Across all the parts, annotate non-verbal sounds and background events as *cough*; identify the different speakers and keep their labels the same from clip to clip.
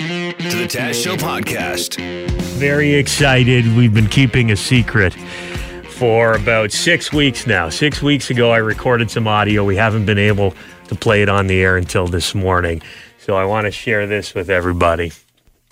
Speaker 1: The Taz Show Podcast.
Speaker 2: Very excited. We've been keeping a secret for about six weeks now. Six weeks ago, I recorded some audio. We haven't been able to play it on the air until this morning. So I want to share this with everybody.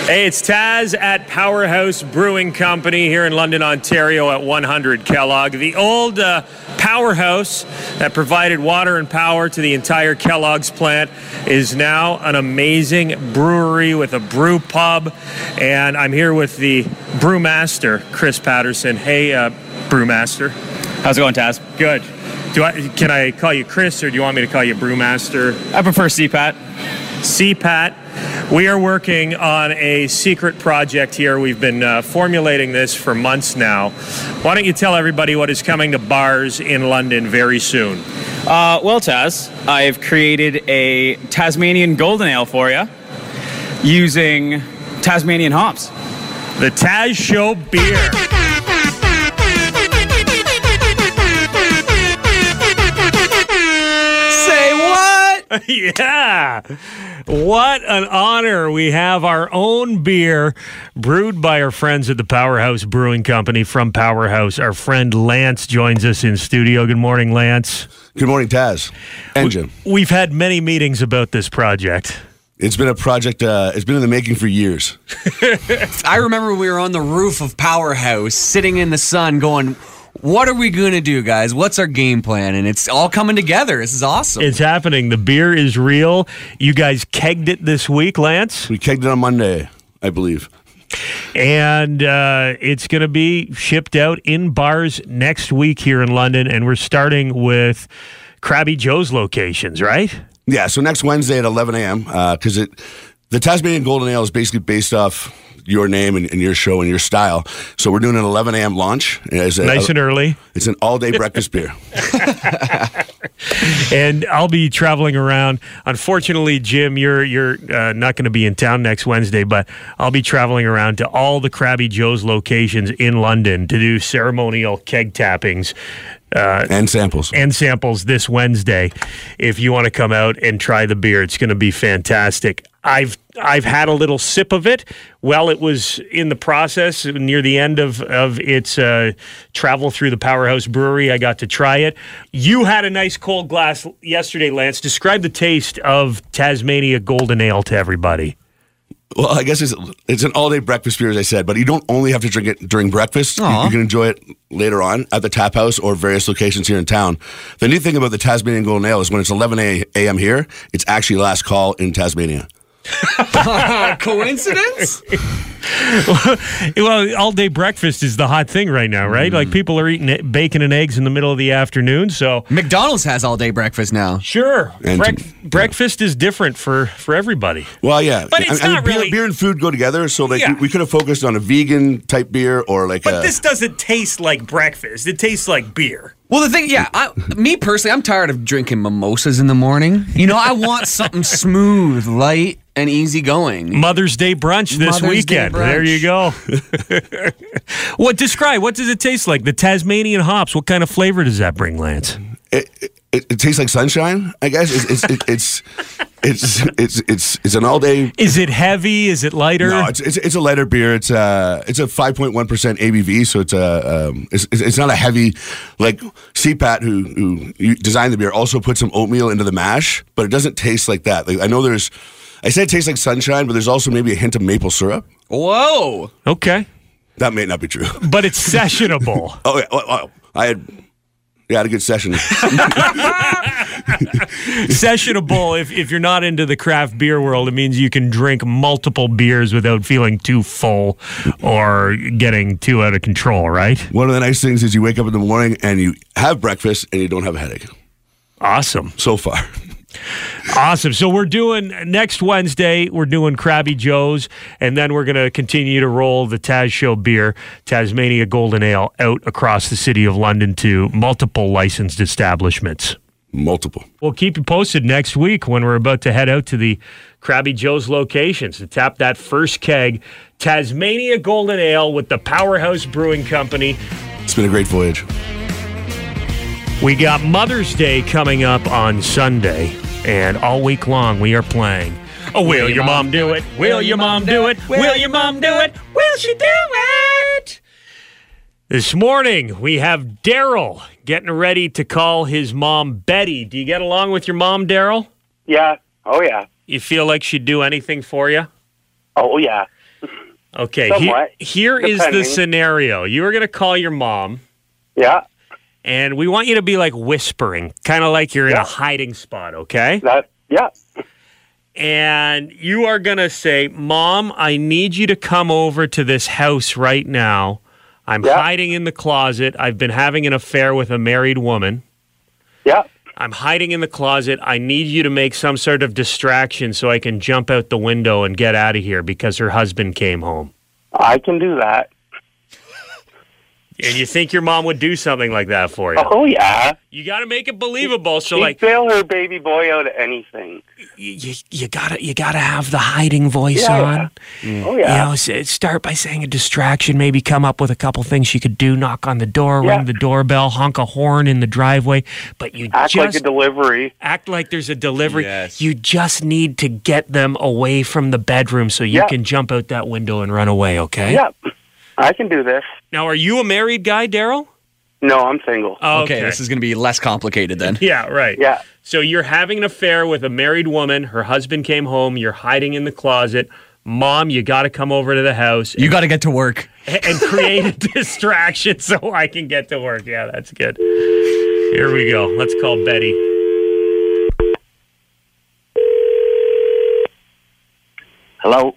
Speaker 2: Hey, it's Taz at Powerhouse Brewing Company here in London, Ontario at 100 Kellogg. The old uh, powerhouse that provided water and power to the entire Kellogg's plant is now an amazing brewery with a brew pub. And I'm here with the brewmaster, Chris Patterson. Hey, uh, brewmaster.
Speaker 3: How's it going, Taz?
Speaker 2: Good. Do I, can I call you Chris or do you want me to call you brewmaster?
Speaker 3: I prefer CPAT.
Speaker 2: CPAT. We are working on a secret project here. We've been uh, formulating this for months now. Why don't you tell everybody what is coming to bars in London very soon?
Speaker 3: Uh, well, Taz, I've created a Tasmanian golden ale for you using Tasmanian hops.
Speaker 2: The Taz Show beer.
Speaker 3: Say
Speaker 2: *laughs*
Speaker 3: what?
Speaker 2: yeah. What an honor. We have our own beer brewed by our friends at the Powerhouse Brewing Company from Powerhouse. Our friend Lance joins us in studio. Good morning, Lance.
Speaker 1: Good morning, Taz. And Jim.
Speaker 2: We've had many meetings about this project.
Speaker 1: It's been a project, uh, it's been in the making for years.
Speaker 4: I remember we were on the roof of Powerhouse, sitting in the sun, going, "What are we gonna do, guys? What's our game plan?" And it's all coming together. This is awesome.
Speaker 2: It's happening. The beer is real. You guys kegged it this week, Lance,
Speaker 1: We kegged it on Monday, I believe.
Speaker 2: and uh, it's going to be shipped out in bars next week here in London. And we're starting with Krabby Joe's locations, right?
Speaker 1: Yeah, so next Wednesday at 11 a.m., because uh, it the Tasmanian Golden Ale is basically based off your name and, and your show and your style. So we're doing an 11 a.m. launch. It's, a-
Speaker 2: Nice and early.
Speaker 1: it's an all day breakfast beer.
Speaker 2: *laughs* And I'll be traveling around. Unfortunately, Jim, you're you're uh, not going to be in town next Wednesday, but I'll be traveling around to all the Krabby Joe's locations in London to do ceremonial keg tappings.
Speaker 1: and samples.
Speaker 2: and samples this Wednesday. If you want to come out and try the beer, it's going to be fantastic. I've I've had a little sip of it while it was in the process near the end of of its uh, travel through the Powerhouse Brewery. I got to try it. You had a nice cold glass yesterday, Lance. Describe the taste of Tasmania Golden Ale to everybody.
Speaker 1: Well, I guess it's it's an all day breakfast beer, as I said, but you don't only have to drink it during breakfast. You, you can enjoy it later on at the tap house or various locations here in town. The neat thing about the Tasmanian Golden Ale is when it's 11 a- a.m. here, it's actually last call in Tasmania.
Speaker 4: *laughs* Coincidence?
Speaker 2: *laughs* well, all day breakfast is the hot thing right now, right? Like people are eating it- bacon and eggs in the middle of the afternoon, so
Speaker 4: McDonald's has all day breakfast now.
Speaker 2: Sure,
Speaker 1: And
Speaker 2: Break-
Speaker 1: to-
Speaker 2: breakfast is different for for everybody.
Speaker 1: Well, yeah,
Speaker 2: But it's not
Speaker 1: beer,
Speaker 2: really-
Speaker 1: beer and food go together. So like
Speaker 2: Yeah.
Speaker 1: we, could have focused on a vegan type beer or like
Speaker 2: But
Speaker 1: a,
Speaker 2: this doesn't taste like breakfast. It tastes like beer.
Speaker 4: Well, the thing, yeah, I, me personally, I'm tired of drinking mimosas in the morning. You know, I want something *laughs* smooth, light, and easygoing.
Speaker 2: Mother's Day brunch this
Speaker 4: Mother's Day
Speaker 2: weekend.
Speaker 4: brunch.
Speaker 2: There you go. *laughs* what describe? What does it taste like? The Tasmanian hops. What kind of flavor does that bring, Lance?
Speaker 1: it, it, it tastes like sunshine. I guess it's it's it's it's it's it's, it's, it's an all day.
Speaker 2: Is it heavy? Is it lighter?
Speaker 1: No, it's, it's it's a lighter beer. It's uh it's a five point one percent ABV, so it's a um, it's, it's it's not a heavy like CPAT who who you designed the beer also put some oatmeal into the mash, but it doesn't taste like that. Like I know there's, I said it tastes like sunshine, but there's also maybe a hint of maple syrup.
Speaker 4: Whoa!
Speaker 2: okay,
Speaker 1: That may not be true. *laughs*
Speaker 2: but it's sessionable.
Speaker 1: Oh yeah, oh, oh, I had yeah I had a good session.
Speaker 2: sessionable. If if you're not into the craft beer world, it means you can drink multiple beers without feeling too full or getting too out of control. Right.
Speaker 1: One of the nice things is you wake up in the morning and you have breakfast and you don't have a headache
Speaker 2: Awesome.
Speaker 1: so far. *laughs*
Speaker 2: Awesome. So we're doing next Wednesday, we're doing Krabby Joe's, and then we're going to continue to roll the Taz Show beer, Tasmania Golden Ale, out across the city of London to multiple licensed establishments.
Speaker 1: Multiple.
Speaker 2: We'll keep you posted next week when we're about to head out to the Krabby Joe's locations to tap that first keg, Tasmania Golden Ale with the Powerhouse Brewing Company.
Speaker 1: It's been a great voyage.
Speaker 2: We got Mother's Day coming up on Sunday. And all week long, we are playing. Oh, will, your, mom, do it? Will your mom do it? Will your mom do it? Will she do it? This morning, we have Daryl getting ready to call his mom Betty. Do you get along with your mom, Daryl?
Speaker 5: Yeah. Oh yeah.
Speaker 2: You feel like she'd do anything for you?
Speaker 5: Oh yeah.
Speaker 2: Okay.
Speaker 5: Somewhat,
Speaker 2: here is the
Speaker 5: depending.
Speaker 2: scenario. You are going to call your mom,
Speaker 5: Yeah.
Speaker 2: and we want you to be like whispering, kind of like you're in
Speaker 5: Yeah.
Speaker 2: a hiding spot, okay?
Speaker 5: That. Yeah.
Speaker 2: And you are going to say, Mom, I need you to come over to this house right now. I'm
Speaker 5: Yeah.
Speaker 2: hiding in the closet. I've been having an affair with a married woman.
Speaker 5: Yeah.
Speaker 2: I'm hiding in the closet. I need you to make some sort of distraction so I can jump out the window and get out of here because her husband came home.
Speaker 5: I can do that.
Speaker 2: And you think your mom would do something like that for you.
Speaker 5: Oh yeah.
Speaker 2: You got to make it believable. So
Speaker 5: She'd *laughs*
Speaker 2: like
Speaker 5: bail her baby boy out of anything.
Speaker 2: you, you gotta you gotta have the hiding voice
Speaker 5: Yeah,
Speaker 2: on.
Speaker 5: Oh yeah.
Speaker 2: You know, s- start by saying a distraction. Maybe come up with a couple things you could do: knock on the door,
Speaker 5: Yeah.
Speaker 2: ring the doorbell, honk a horn in the driveway. But you
Speaker 5: Act like
Speaker 2: just
Speaker 5: a delivery.
Speaker 2: act like there's a delivery.
Speaker 4: Yes.
Speaker 2: You just need to get them away from the bedroom so you
Speaker 5: Yeah.
Speaker 2: can jump out that window and run away. Okay.
Speaker 5: Yeah. I can do this.
Speaker 2: Now, are you a married guy, Daryl?
Speaker 5: No, I'm single.
Speaker 2: Oh,
Speaker 4: Okay, this is going to be less complicated then.
Speaker 2: yeah, right.
Speaker 5: Yeah.
Speaker 2: So you're having an affair with a married woman. Her husband came home. You're hiding in the closet. Mom, you got to come over to the house
Speaker 4: You got to get to work.
Speaker 2: and create a *laughs* distraction so I can get to work. Yeah, that's good. Here we go. Let's call Betty.
Speaker 5: Hello.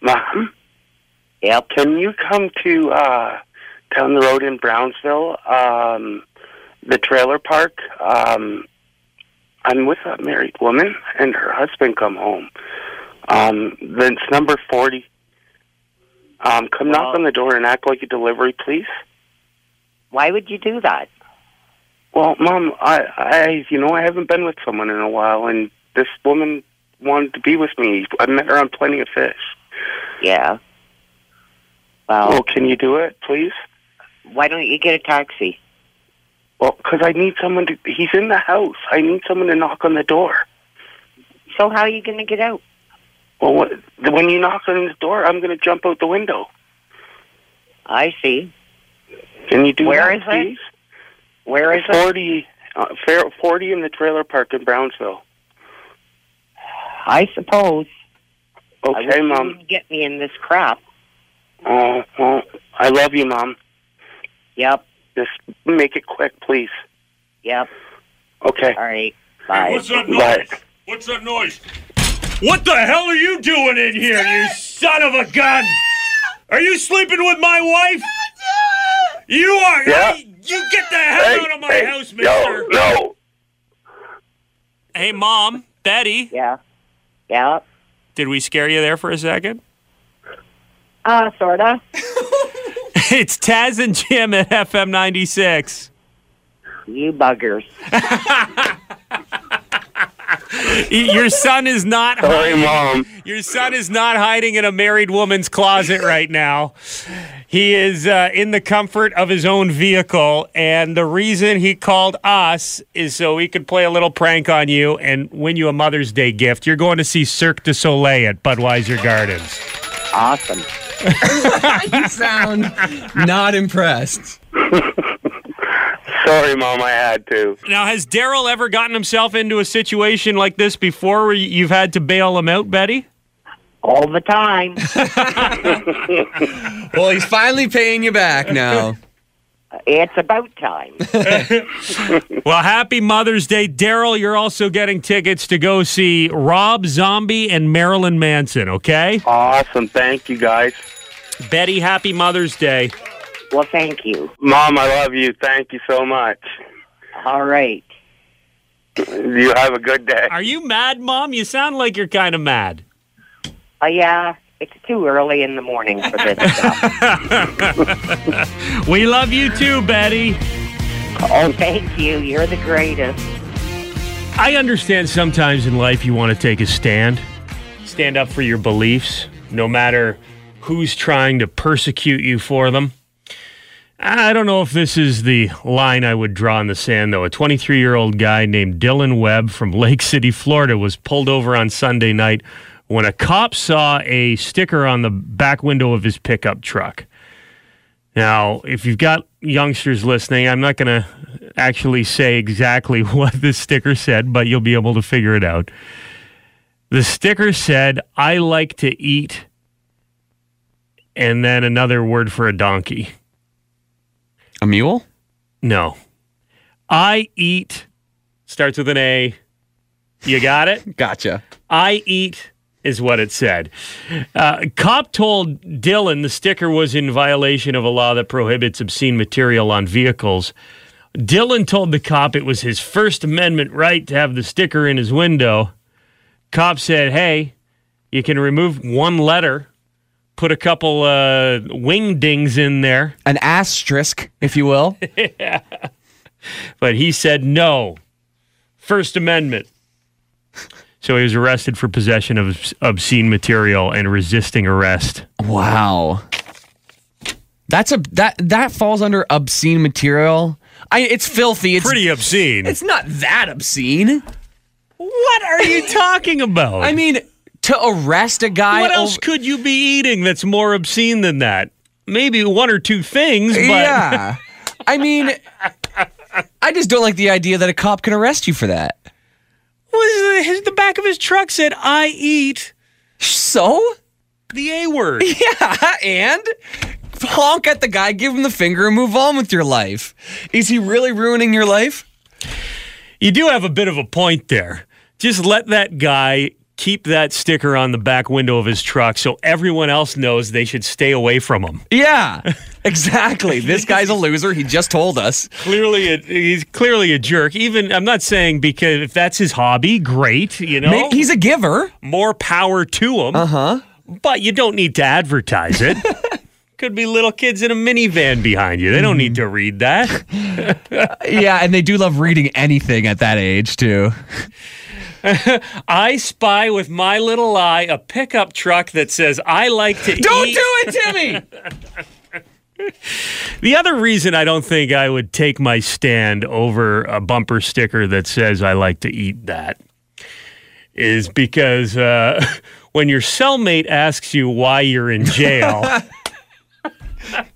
Speaker 5: Mom. Yep. Can you come to uh, down the road in Brownsville, um, the trailer park? Um, I'm with a married woman and her husband come home. Um, then it's number forty. Um, come knock on the door and act like a delivery, please.
Speaker 6: Why would you do that?
Speaker 5: Well, mom, I, I, you know, I haven't been with someone in a while, and this woman wanted to be with me. I met her on Plenty of Fish.
Speaker 6: Yeah. Well,
Speaker 5: Oh, can you do it, please?
Speaker 6: why don't you get a taxi?
Speaker 5: Well, 'cause I need someone to. He's in the house. I need someone to knock on the door.
Speaker 6: So how are you going to get out?
Speaker 5: Well, what, when you knock on his door, I'm going to jump out the window.
Speaker 6: I see.
Speaker 5: Can you do
Speaker 6: Where
Speaker 5: that,
Speaker 6: is it?
Speaker 5: please?
Speaker 6: Where is it?
Speaker 5: Forty, uh, fair, forty in the trailer park in Brownsville.
Speaker 6: I suppose. I wish
Speaker 5: Okay,
Speaker 6: you
Speaker 5: mom.
Speaker 6: wouldn't Get me in this crap.
Speaker 5: Oh, well, I love you, mom.
Speaker 6: Yep.
Speaker 5: Just make it quick, please.
Speaker 6: Yep.
Speaker 5: Okay.
Speaker 6: All right. Bye.
Speaker 2: that
Speaker 5: Bye.
Speaker 2: What's that noise? What the hell are you doing in here, you son of a gun? Are you sleeping with my wife? You are.
Speaker 5: Yeah.
Speaker 2: Hey, you get the hell out of my
Speaker 5: hey,
Speaker 2: house,
Speaker 5: no,
Speaker 2: mister.
Speaker 5: no.
Speaker 2: Hey, Mom, Betty,
Speaker 6: Yeah. Yeah.
Speaker 2: did we scare you there for a second? *laughs*
Speaker 6: Uh, sorta.
Speaker 2: It's Taz and Jim at FM 96.
Speaker 6: You buggers.
Speaker 2: Your son is not.
Speaker 5: Sorry, mom.
Speaker 2: Your son is not hiding in a married woman's closet right now. He is uh, in the comfort of his own vehicle, and the reason he called us is so we could play a little prank on you and win you a Mother's Day gift. You're going to see Cirque du Soleil at Budweiser Gardens.
Speaker 6: Awesome.
Speaker 4: *laughs* You sound not impressed.
Speaker 5: Sorry, mom. I had to.
Speaker 2: Now, has Daryl ever gotten himself into a situation like this before, where you've had to bail him out, Betty?
Speaker 6: All the *laughs* time.
Speaker 4: Well, he's finally paying you back now.
Speaker 6: it's about time.
Speaker 2: Well, happy Mother's Day, Daryl. You're also getting tickets to go see Rob Zombie and Marilyn Manson, okay?
Speaker 5: Awesome. Thank you, guys.
Speaker 2: Betty, happy Mother's Day.
Speaker 6: Well, thank you.
Speaker 5: Mom, I love you. Thank you so much.
Speaker 6: All right.
Speaker 5: You have a good day.
Speaker 2: Are you mad, Mom? You sound like you're kind of mad.
Speaker 6: Uh, yeah. It's too early in the morning for *laughs* this stuff.
Speaker 2: We love you too, Betty.
Speaker 6: oh, thank you. You're the greatest.
Speaker 2: I understand sometimes in life you want to take a stand, stand up for your beliefs, no matter who's trying to persecute you for them. I don't know if this is the line I would draw in the sand, though. A 23 year old guy named Dylan Webb from *laughs* Lake City, Florida, was pulled over on Sunday night when a cop saw a sticker on the back window of his pickup truck. Now, if you've got youngsters listening, I'm not going to actually say exactly *laughs* what this sticker said, but you'll be able to figure it out. The sticker said, I like to eat, and then another word for a donkey.
Speaker 4: A mule?
Speaker 2: No. I eat starts with an A. You got it?
Speaker 4: Gotcha.
Speaker 2: I eat is what it said. Uh, cop told Dylan the sticker was in violation of a law that prohibits obscene material on vehicles. Dylan told the cop it was his First Amendment right to have the sticker in his window. Cop said, "Hey, you can remove one letter, put a couple uh, wing dings in there."
Speaker 4: An asterisk, if
Speaker 2: *laughs*
Speaker 4: you will.
Speaker 2: but he said no. First Amendment. So he was arrested for possession of obs- obscene material and resisting arrest.
Speaker 4: wow. That's a that that falls under obscene material. I it's filthy. It's
Speaker 2: Pretty obscene.
Speaker 4: It's not that obscene.
Speaker 2: what are you talking about?
Speaker 4: I mean, to arrest a guy.
Speaker 2: what else
Speaker 4: over-
Speaker 2: could you be eating that's more obscene than that? Maybe one or two things, but
Speaker 4: yeah. I mean, I just don't like the idea that a cop can arrest you for that.
Speaker 2: was his, the back of his truck said, I eat
Speaker 4: So? *laughs*
Speaker 2: the A *laughs* word.
Speaker 4: Yeah, and honk at the guy, give him the finger, and move on with your life. Is he really ruining your life?
Speaker 2: you do have a bit of a point there. Just let that guy keep that sticker on the back window of his truck so everyone else knows they should stay away from him.
Speaker 4: Yeah, exactly. this guy's a loser. He just told us.
Speaker 2: clearly a, he's clearly a jerk even i'm not saying because if that's his hobby great you know
Speaker 4: Maybe he's a giver.
Speaker 2: more power to him uh-huh but you don't need to advertise
Speaker 4: *laughs*
Speaker 2: it could be little kids in a minivan behind you they don't need to read
Speaker 4: *laughs*
Speaker 2: that
Speaker 4: Yeah, and they do love reading anything at that age, too.
Speaker 2: i spy with my little eye a pickup truck that says i like to
Speaker 4: Don't
Speaker 2: eat
Speaker 4: do it, Timmy!
Speaker 2: the other reason i don't think i would take my stand over a bumper sticker that says i like to eat that is because uh, *laughs* when your cellmate asks you why you're in jail,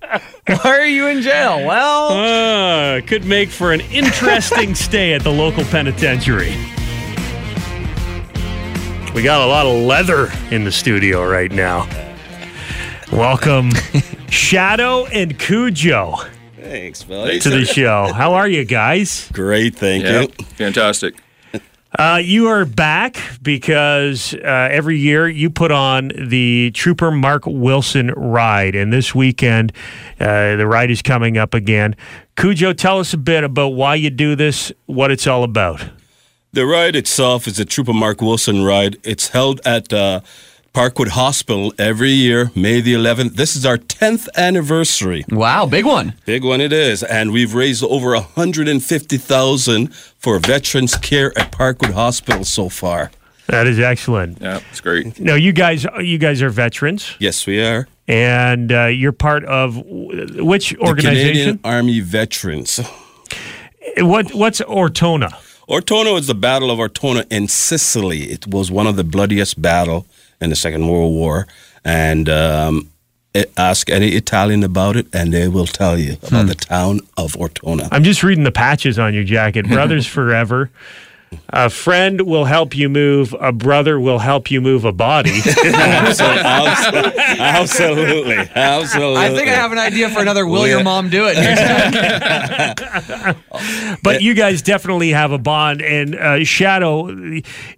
Speaker 4: Why are you in jail? Well,
Speaker 2: uh, could make for an interesting stay at the local penitentiary. We got a lot of leather in the studio right now. Welcome, Shadow and Cujo,
Speaker 7: Thanks, buddy.
Speaker 2: to the show. How are you guys?
Speaker 1: Great, thank
Speaker 7: Yeah, fantastic.
Speaker 2: Uh, you are back because uh, every year you put on the Trooper Mark Wilson ride, and this weekend uh, the ride is coming up again. Cujo, tell us a bit about why you do this, what it's all about.
Speaker 8: The ride itself is the Trooper Mark Wilson ride. It's held at uh, Parkwood Hospital every year, May the 11th. This is our 10th anniversary.
Speaker 4: wow, big one.
Speaker 8: Big one it is. And we've raised over 150000 for veterans care at Parkwood Hospital so far.
Speaker 2: That is excellent.
Speaker 7: Yeah, it's great.
Speaker 2: Now you guys, you guys are veterans,
Speaker 8: Yes, we are.
Speaker 2: and uh, you're part of w- which
Speaker 8: The Canadian
Speaker 2: organization?
Speaker 8: Army Veterans.
Speaker 2: What what's Ortona?
Speaker 8: Ortona is the Battle of Ortona in Sicily. It was one of the bloodiest battle in the Second World War, and um, it- ask any Italian about it, and they will tell you about the town of
Speaker 4: *laughs*
Speaker 8: Ortona.
Speaker 2: I'm just reading the patches on
Speaker 7: *laughs*
Speaker 2: your jacket. Brothers forever. A friend will help you move. A brother will help you move
Speaker 7: *laughs*
Speaker 2: a body.
Speaker 8: *laughs* Absolutely, absolutely, absolutely.
Speaker 4: I think I have an idea for another Will Your
Speaker 8: Yeah.
Speaker 4: Mom Do It? next time.
Speaker 2: but you guys definitely have a bond. And uh, Shadow,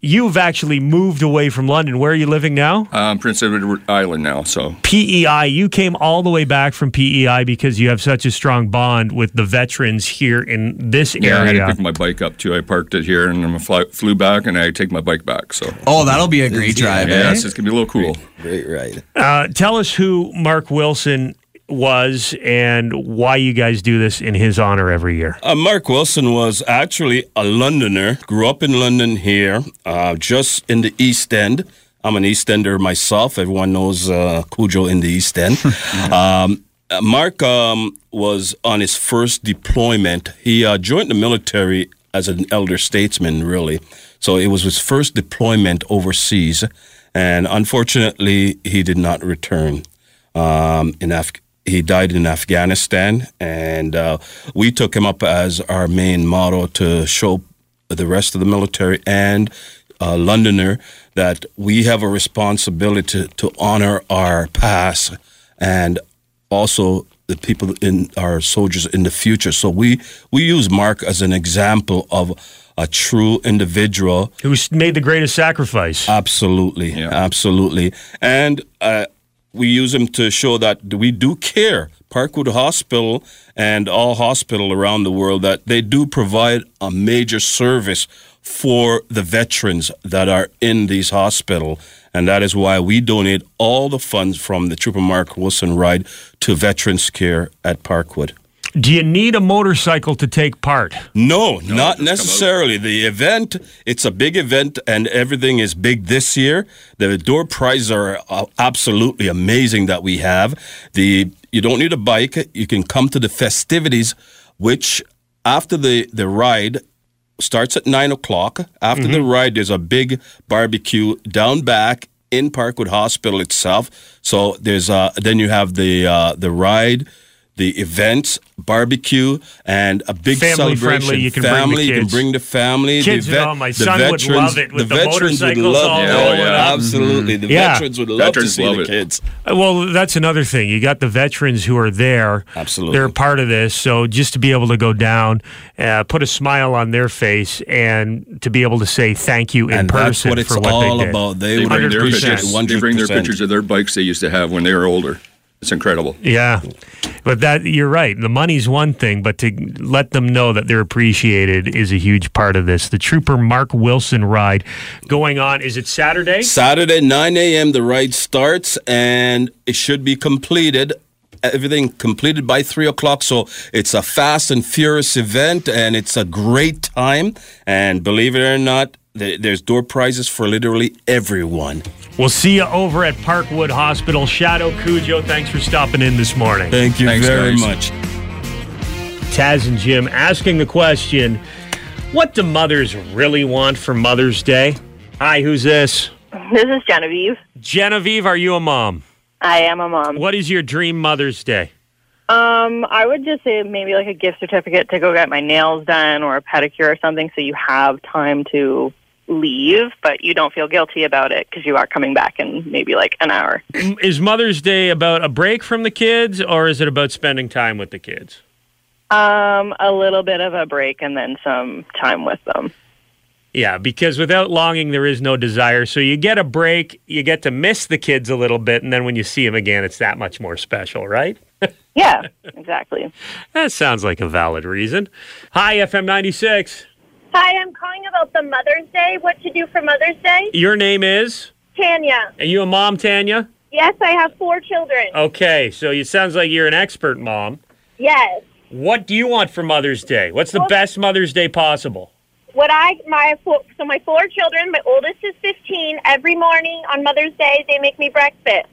Speaker 2: you've actually moved away from London. Where are you living now?
Speaker 7: Um, Prince Edward Island now, so
Speaker 2: PEI. You came all the way back from PEI because you have such a strong bond with the veterans here in this
Speaker 7: yeah, I had to
Speaker 2: area.
Speaker 7: pick my bike up too. I parked it here and then I fly, flew back, and I take my bike back. So
Speaker 4: Oh, that'll be a great drive. eh?
Speaker 7: yeah, it's just gonna be a little cool.
Speaker 8: Great ride.
Speaker 2: Uh, tell us who Mark Wilson was and why you guys do this in his honor every year.
Speaker 8: Uh, Mark Wilson was actually a Londoner, grew up in London here, uh, just in the East End. I'm an East Ender myself. Everyone knows uh, Cujo in the East End. um, uh, Mark um, was on his first deployment. He uh, joined the military as an elder statesman, really. So it was his first deployment overseas, and unfortunately, he did not return. Um, in Af- he died in Afghanistan, and uh, we took him up as our main motto to show the rest of the military and uh, Londoner that we have a responsibility to, to honor our past and also the people in our soldiers in the future. So we we use Mark as an example of a true individual.
Speaker 2: Who's made the greatest sacrifice?
Speaker 8: Absolutely, absolutely, and uh, we use him to show that we do care. Parkwood Hospital and all hospital around the world that they do provide a major service for the veterans that are in these hospital and that is why we donate all the funds from the Trooper Mark Wilson ride to Veterans Care at Parkwood.
Speaker 2: Do you need a motorcycle to take part?
Speaker 8: No, not necessarily. The event, it's a big event and everything is big this year. The door prizes are uh, absolutely amazing that we have. The you don't need a bike, you can come to the festivities which after the the ride starts at 9 o'clock. After the
Speaker 2: Mm-hmm.
Speaker 8: ride there's a big barbecue down back in Parkwood Hospital itself. So there's uh then you have the uh the ride the events, barbecue, and a big
Speaker 2: Family-friendly,
Speaker 8: celebration.
Speaker 2: you can bring the
Speaker 8: family, you can
Speaker 2: kids.
Speaker 8: bring the family.
Speaker 2: Kids
Speaker 8: the
Speaker 2: at
Speaker 8: vet-
Speaker 2: home, my
Speaker 8: the
Speaker 2: son would
Speaker 8: veterans,
Speaker 2: love it with the
Speaker 8: veterans would
Speaker 2: motorcycles
Speaker 8: love
Speaker 2: all Mm-hmm.
Speaker 8: it. Oh,
Speaker 7: rolling up.
Speaker 8: Absolutely, the
Speaker 2: Yeah.
Speaker 8: veterans would love
Speaker 7: Veterans
Speaker 8: to see
Speaker 7: love
Speaker 8: the
Speaker 7: it.
Speaker 8: kids.
Speaker 2: Uh, Well, that's another thing. You got the veterans who are there.
Speaker 8: Absolutely.
Speaker 2: They're part of this. So just to be able to go down, uh, put a smile on their face, and to be able to say thank you in
Speaker 8: and
Speaker 2: person
Speaker 8: that's what it's
Speaker 2: for what
Speaker 8: all
Speaker 2: they did.
Speaker 8: about. They,
Speaker 7: They
Speaker 8: would
Speaker 7: bring, their
Speaker 2: 100%.
Speaker 7: pictures,
Speaker 8: appreciate one
Speaker 7: they
Speaker 8: hundred
Speaker 7: bring their pictures of their bikes they used to have when they were older. It's incredible.
Speaker 2: Yeah. But that you're right. The money's one thing, but to let them know that they're appreciated is a huge part of this. The Trooper Mark Wilson ride going on is it Saturday?
Speaker 8: Saturday, 9 a.m., the ride starts and it should be completed. Everything completed by 3 o'clock. So it's a fast and furious event and it's a great time. And believe it or not, th- there's door prizes for literally everyone.
Speaker 2: We'll see you over at Parkwood Hospital. Shadow Cujo, thanks for stopping in this morning.
Speaker 8: Thank you
Speaker 7: Thanks,
Speaker 8: very
Speaker 7: guys.
Speaker 8: much.
Speaker 2: Taz and Jim asking the question what do mothers really want for Mother's Day? Hi, who's this?
Speaker 9: This is Genevieve.
Speaker 2: Genevieve, are you a mom?
Speaker 9: I am a mom.
Speaker 2: What is your dream Mother's Day?
Speaker 9: Um, I would just say maybe like a gift certificate to go get my nails done or a pedicure or something so you have time to leave, but you don't feel guilty about it because you are coming back in maybe like an hour.
Speaker 2: M- Is Mother's Day about a break from the kids or is it about spending time with the kids?
Speaker 9: Um, a little bit of a break and then some time with them.
Speaker 2: Yeah, because without longing, there is no desire. So you get a break, you get to miss the kids a little bit, and then when you see them again, it's that much more special, right?
Speaker 9: Yeah, *laughs* exactly.
Speaker 2: That sounds like a valid reason. Hi, FM96.
Speaker 10: Hi, I'm calling about the Mother's Day. What to do for Mother's Day?
Speaker 2: Your name is?
Speaker 10: Tanya.
Speaker 2: Are you a mom, Tanya?
Speaker 10: Yes, I have four children.
Speaker 2: Okay, so it sounds like you're an expert mom.
Speaker 10: Yes.
Speaker 2: What do you want for Mother's Day? What's the best Mother's Day possible?
Speaker 10: What I my four, so my four children. My oldest is 15. Every morning on Mother's Day, they make me breakfast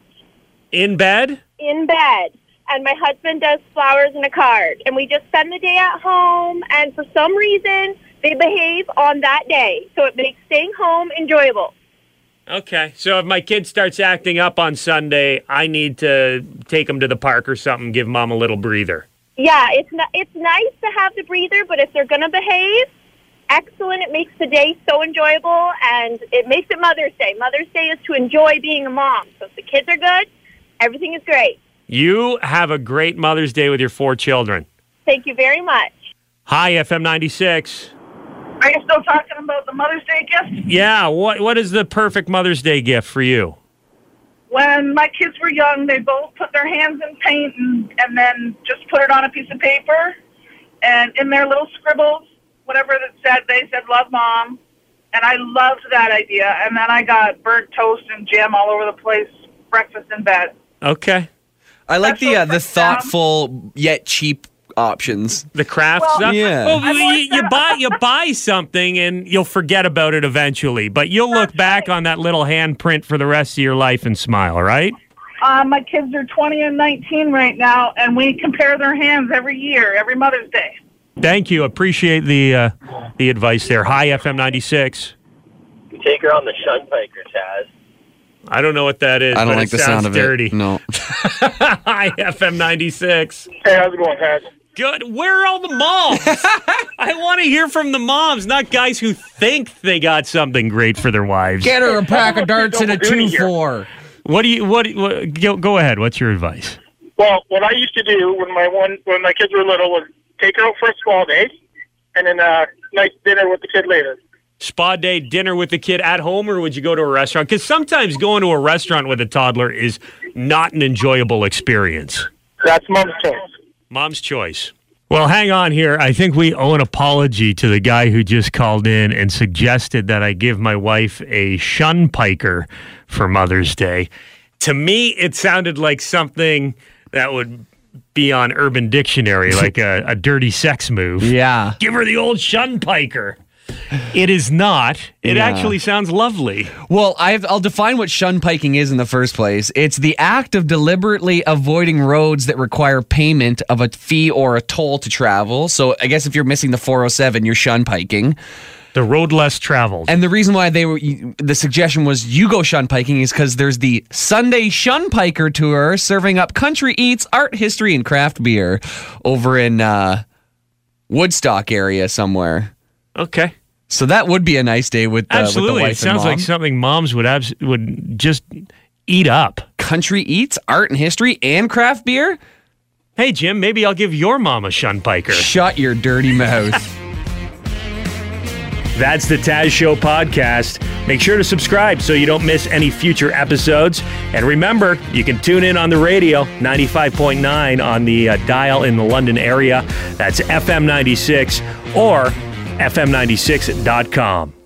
Speaker 2: In bed?
Speaker 10: in bed, and my husband does flowers and a card, and we just spend the day at home. And for some reason, they behave on that day, so it makes staying home enjoyable.
Speaker 2: Okay. So if my kid starts acting up on Sunday, I need to take him to the park or something, give mom a little breather.
Speaker 10: Yeah, it's not, it's nice to have the breather, but if they're gonna behave, excellent. It makes the day so enjoyable, and it makes it Mother's Day. Mother's Day is to enjoy being a mom. So if the kids are good, everything is great.
Speaker 2: You have a great Mother's Day with your four children.
Speaker 10: Thank you very much.
Speaker 2: Hi, FM96.
Speaker 9: Are you still talking about the Mother's Day gift?
Speaker 2: Yeah, what what is the perfect Mother's Day gift for you?
Speaker 9: When my kids were young, they both put their hands in paint and, and then just put it on a piece of paper. And in their little scribbles, whatever that said, they said, Love Mom. And I loved that idea. And then I got burnt toast and jam all over the place, breakfast in bed.
Speaker 2: Okay.
Speaker 4: I like the
Speaker 9: Special
Speaker 4: uh, the
Speaker 9: for them.
Speaker 4: thoughtful yet cheap options.
Speaker 2: The craft
Speaker 9: Well,
Speaker 2: stuff.
Speaker 4: yeah.
Speaker 2: Well,
Speaker 9: I'm
Speaker 2: you,
Speaker 9: more
Speaker 2: you buy you buy something and you'll forget about it eventually, but you'll look back on that little handprint for the rest of your life and smile, right?
Speaker 9: Uh, my kids are 20 and 19 right now, and we compare their hands every year, every Mother's Day.
Speaker 2: Thank you. Appreciate the uh, the advice there. Hi, FM 96.
Speaker 11: Take her on the shunt biker, Taz.
Speaker 2: I don't know what that is.
Speaker 4: I don't
Speaker 2: but
Speaker 4: like
Speaker 2: it
Speaker 4: the
Speaker 2: sounds
Speaker 4: sound of
Speaker 2: dirty.
Speaker 4: it. No.
Speaker 2: Hi, FM 96.
Speaker 11: Hey, how's it going, Taz?
Speaker 2: Good. Where are all the moms? I want to hear from the moms, not guys who think they got something great for their wives.
Speaker 4: Get her a pack of darts and a
Speaker 11: Don't do it here.
Speaker 4: 2-4.
Speaker 2: What do you, what, what go, go ahead. What's your advice?
Speaker 11: Well, what I used to do when my one when my kids were little was take her out for a spa day, and then uh, nice dinner with the kid later.
Speaker 2: Spa day dinner with the kid at home, or would you go to a restaurant? Because sometimes going to a restaurant with a toddler is not an enjoyable experience.
Speaker 11: That's mom's choice.
Speaker 2: Mom's choice. Well, hang on here. I think we owe an apology to the guy who just called in and suggested that I give my wife a shun piker for Mother's Day. To me, it sounded like something that would be on Urban Dictionary,
Speaker 4: *laughs*
Speaker 2: like a, a dirty sex move.
Speaker 4: Yeah.
Speaker 2: Give her the old shun piker. It is not. It
Speaker 4: Yeah.
Speaker 2: actually sounds lovely.
Speaker 4: Well, I've, I'll define what shun piking is in the first place. It's the act of deliberately avoiding roads that require payment of a fee or a toll to travel. So I guess if you're missing the 407, you're shun piking.
Speaker 2: The road less traveled.
Speaker 4: And the reason why they were you- the suggestion was you go shun piking is because there's the Sunday shun piker tour serving up country eats, art history, and craft beer over in uh, Woodstock area somewhere.
Speaker 2: Okay.
Speaker 4: So that would be a nice day with, uh, with the
Speaker 2: Absolutely.
Speaker 4: wife
Speaker 2: It sounds
Speaker 4: and mom.
Speaker 2: like something moms would abs- would just eat up.
Speaker 4: country eats, art and history, and craft beer.
Speaker 2: Hey, Jim, maybe I'll give your mom a shun piker.
Speaker 4: Shut your dirty mouth.
Speaker 2: That's the Taz Show podcast. Make sure to subscribe so you don't miss any future episodes. And remember, you can tune in on the radio, 95.9 on the uh, dial in the London area. That's FM 96 or FM96.com.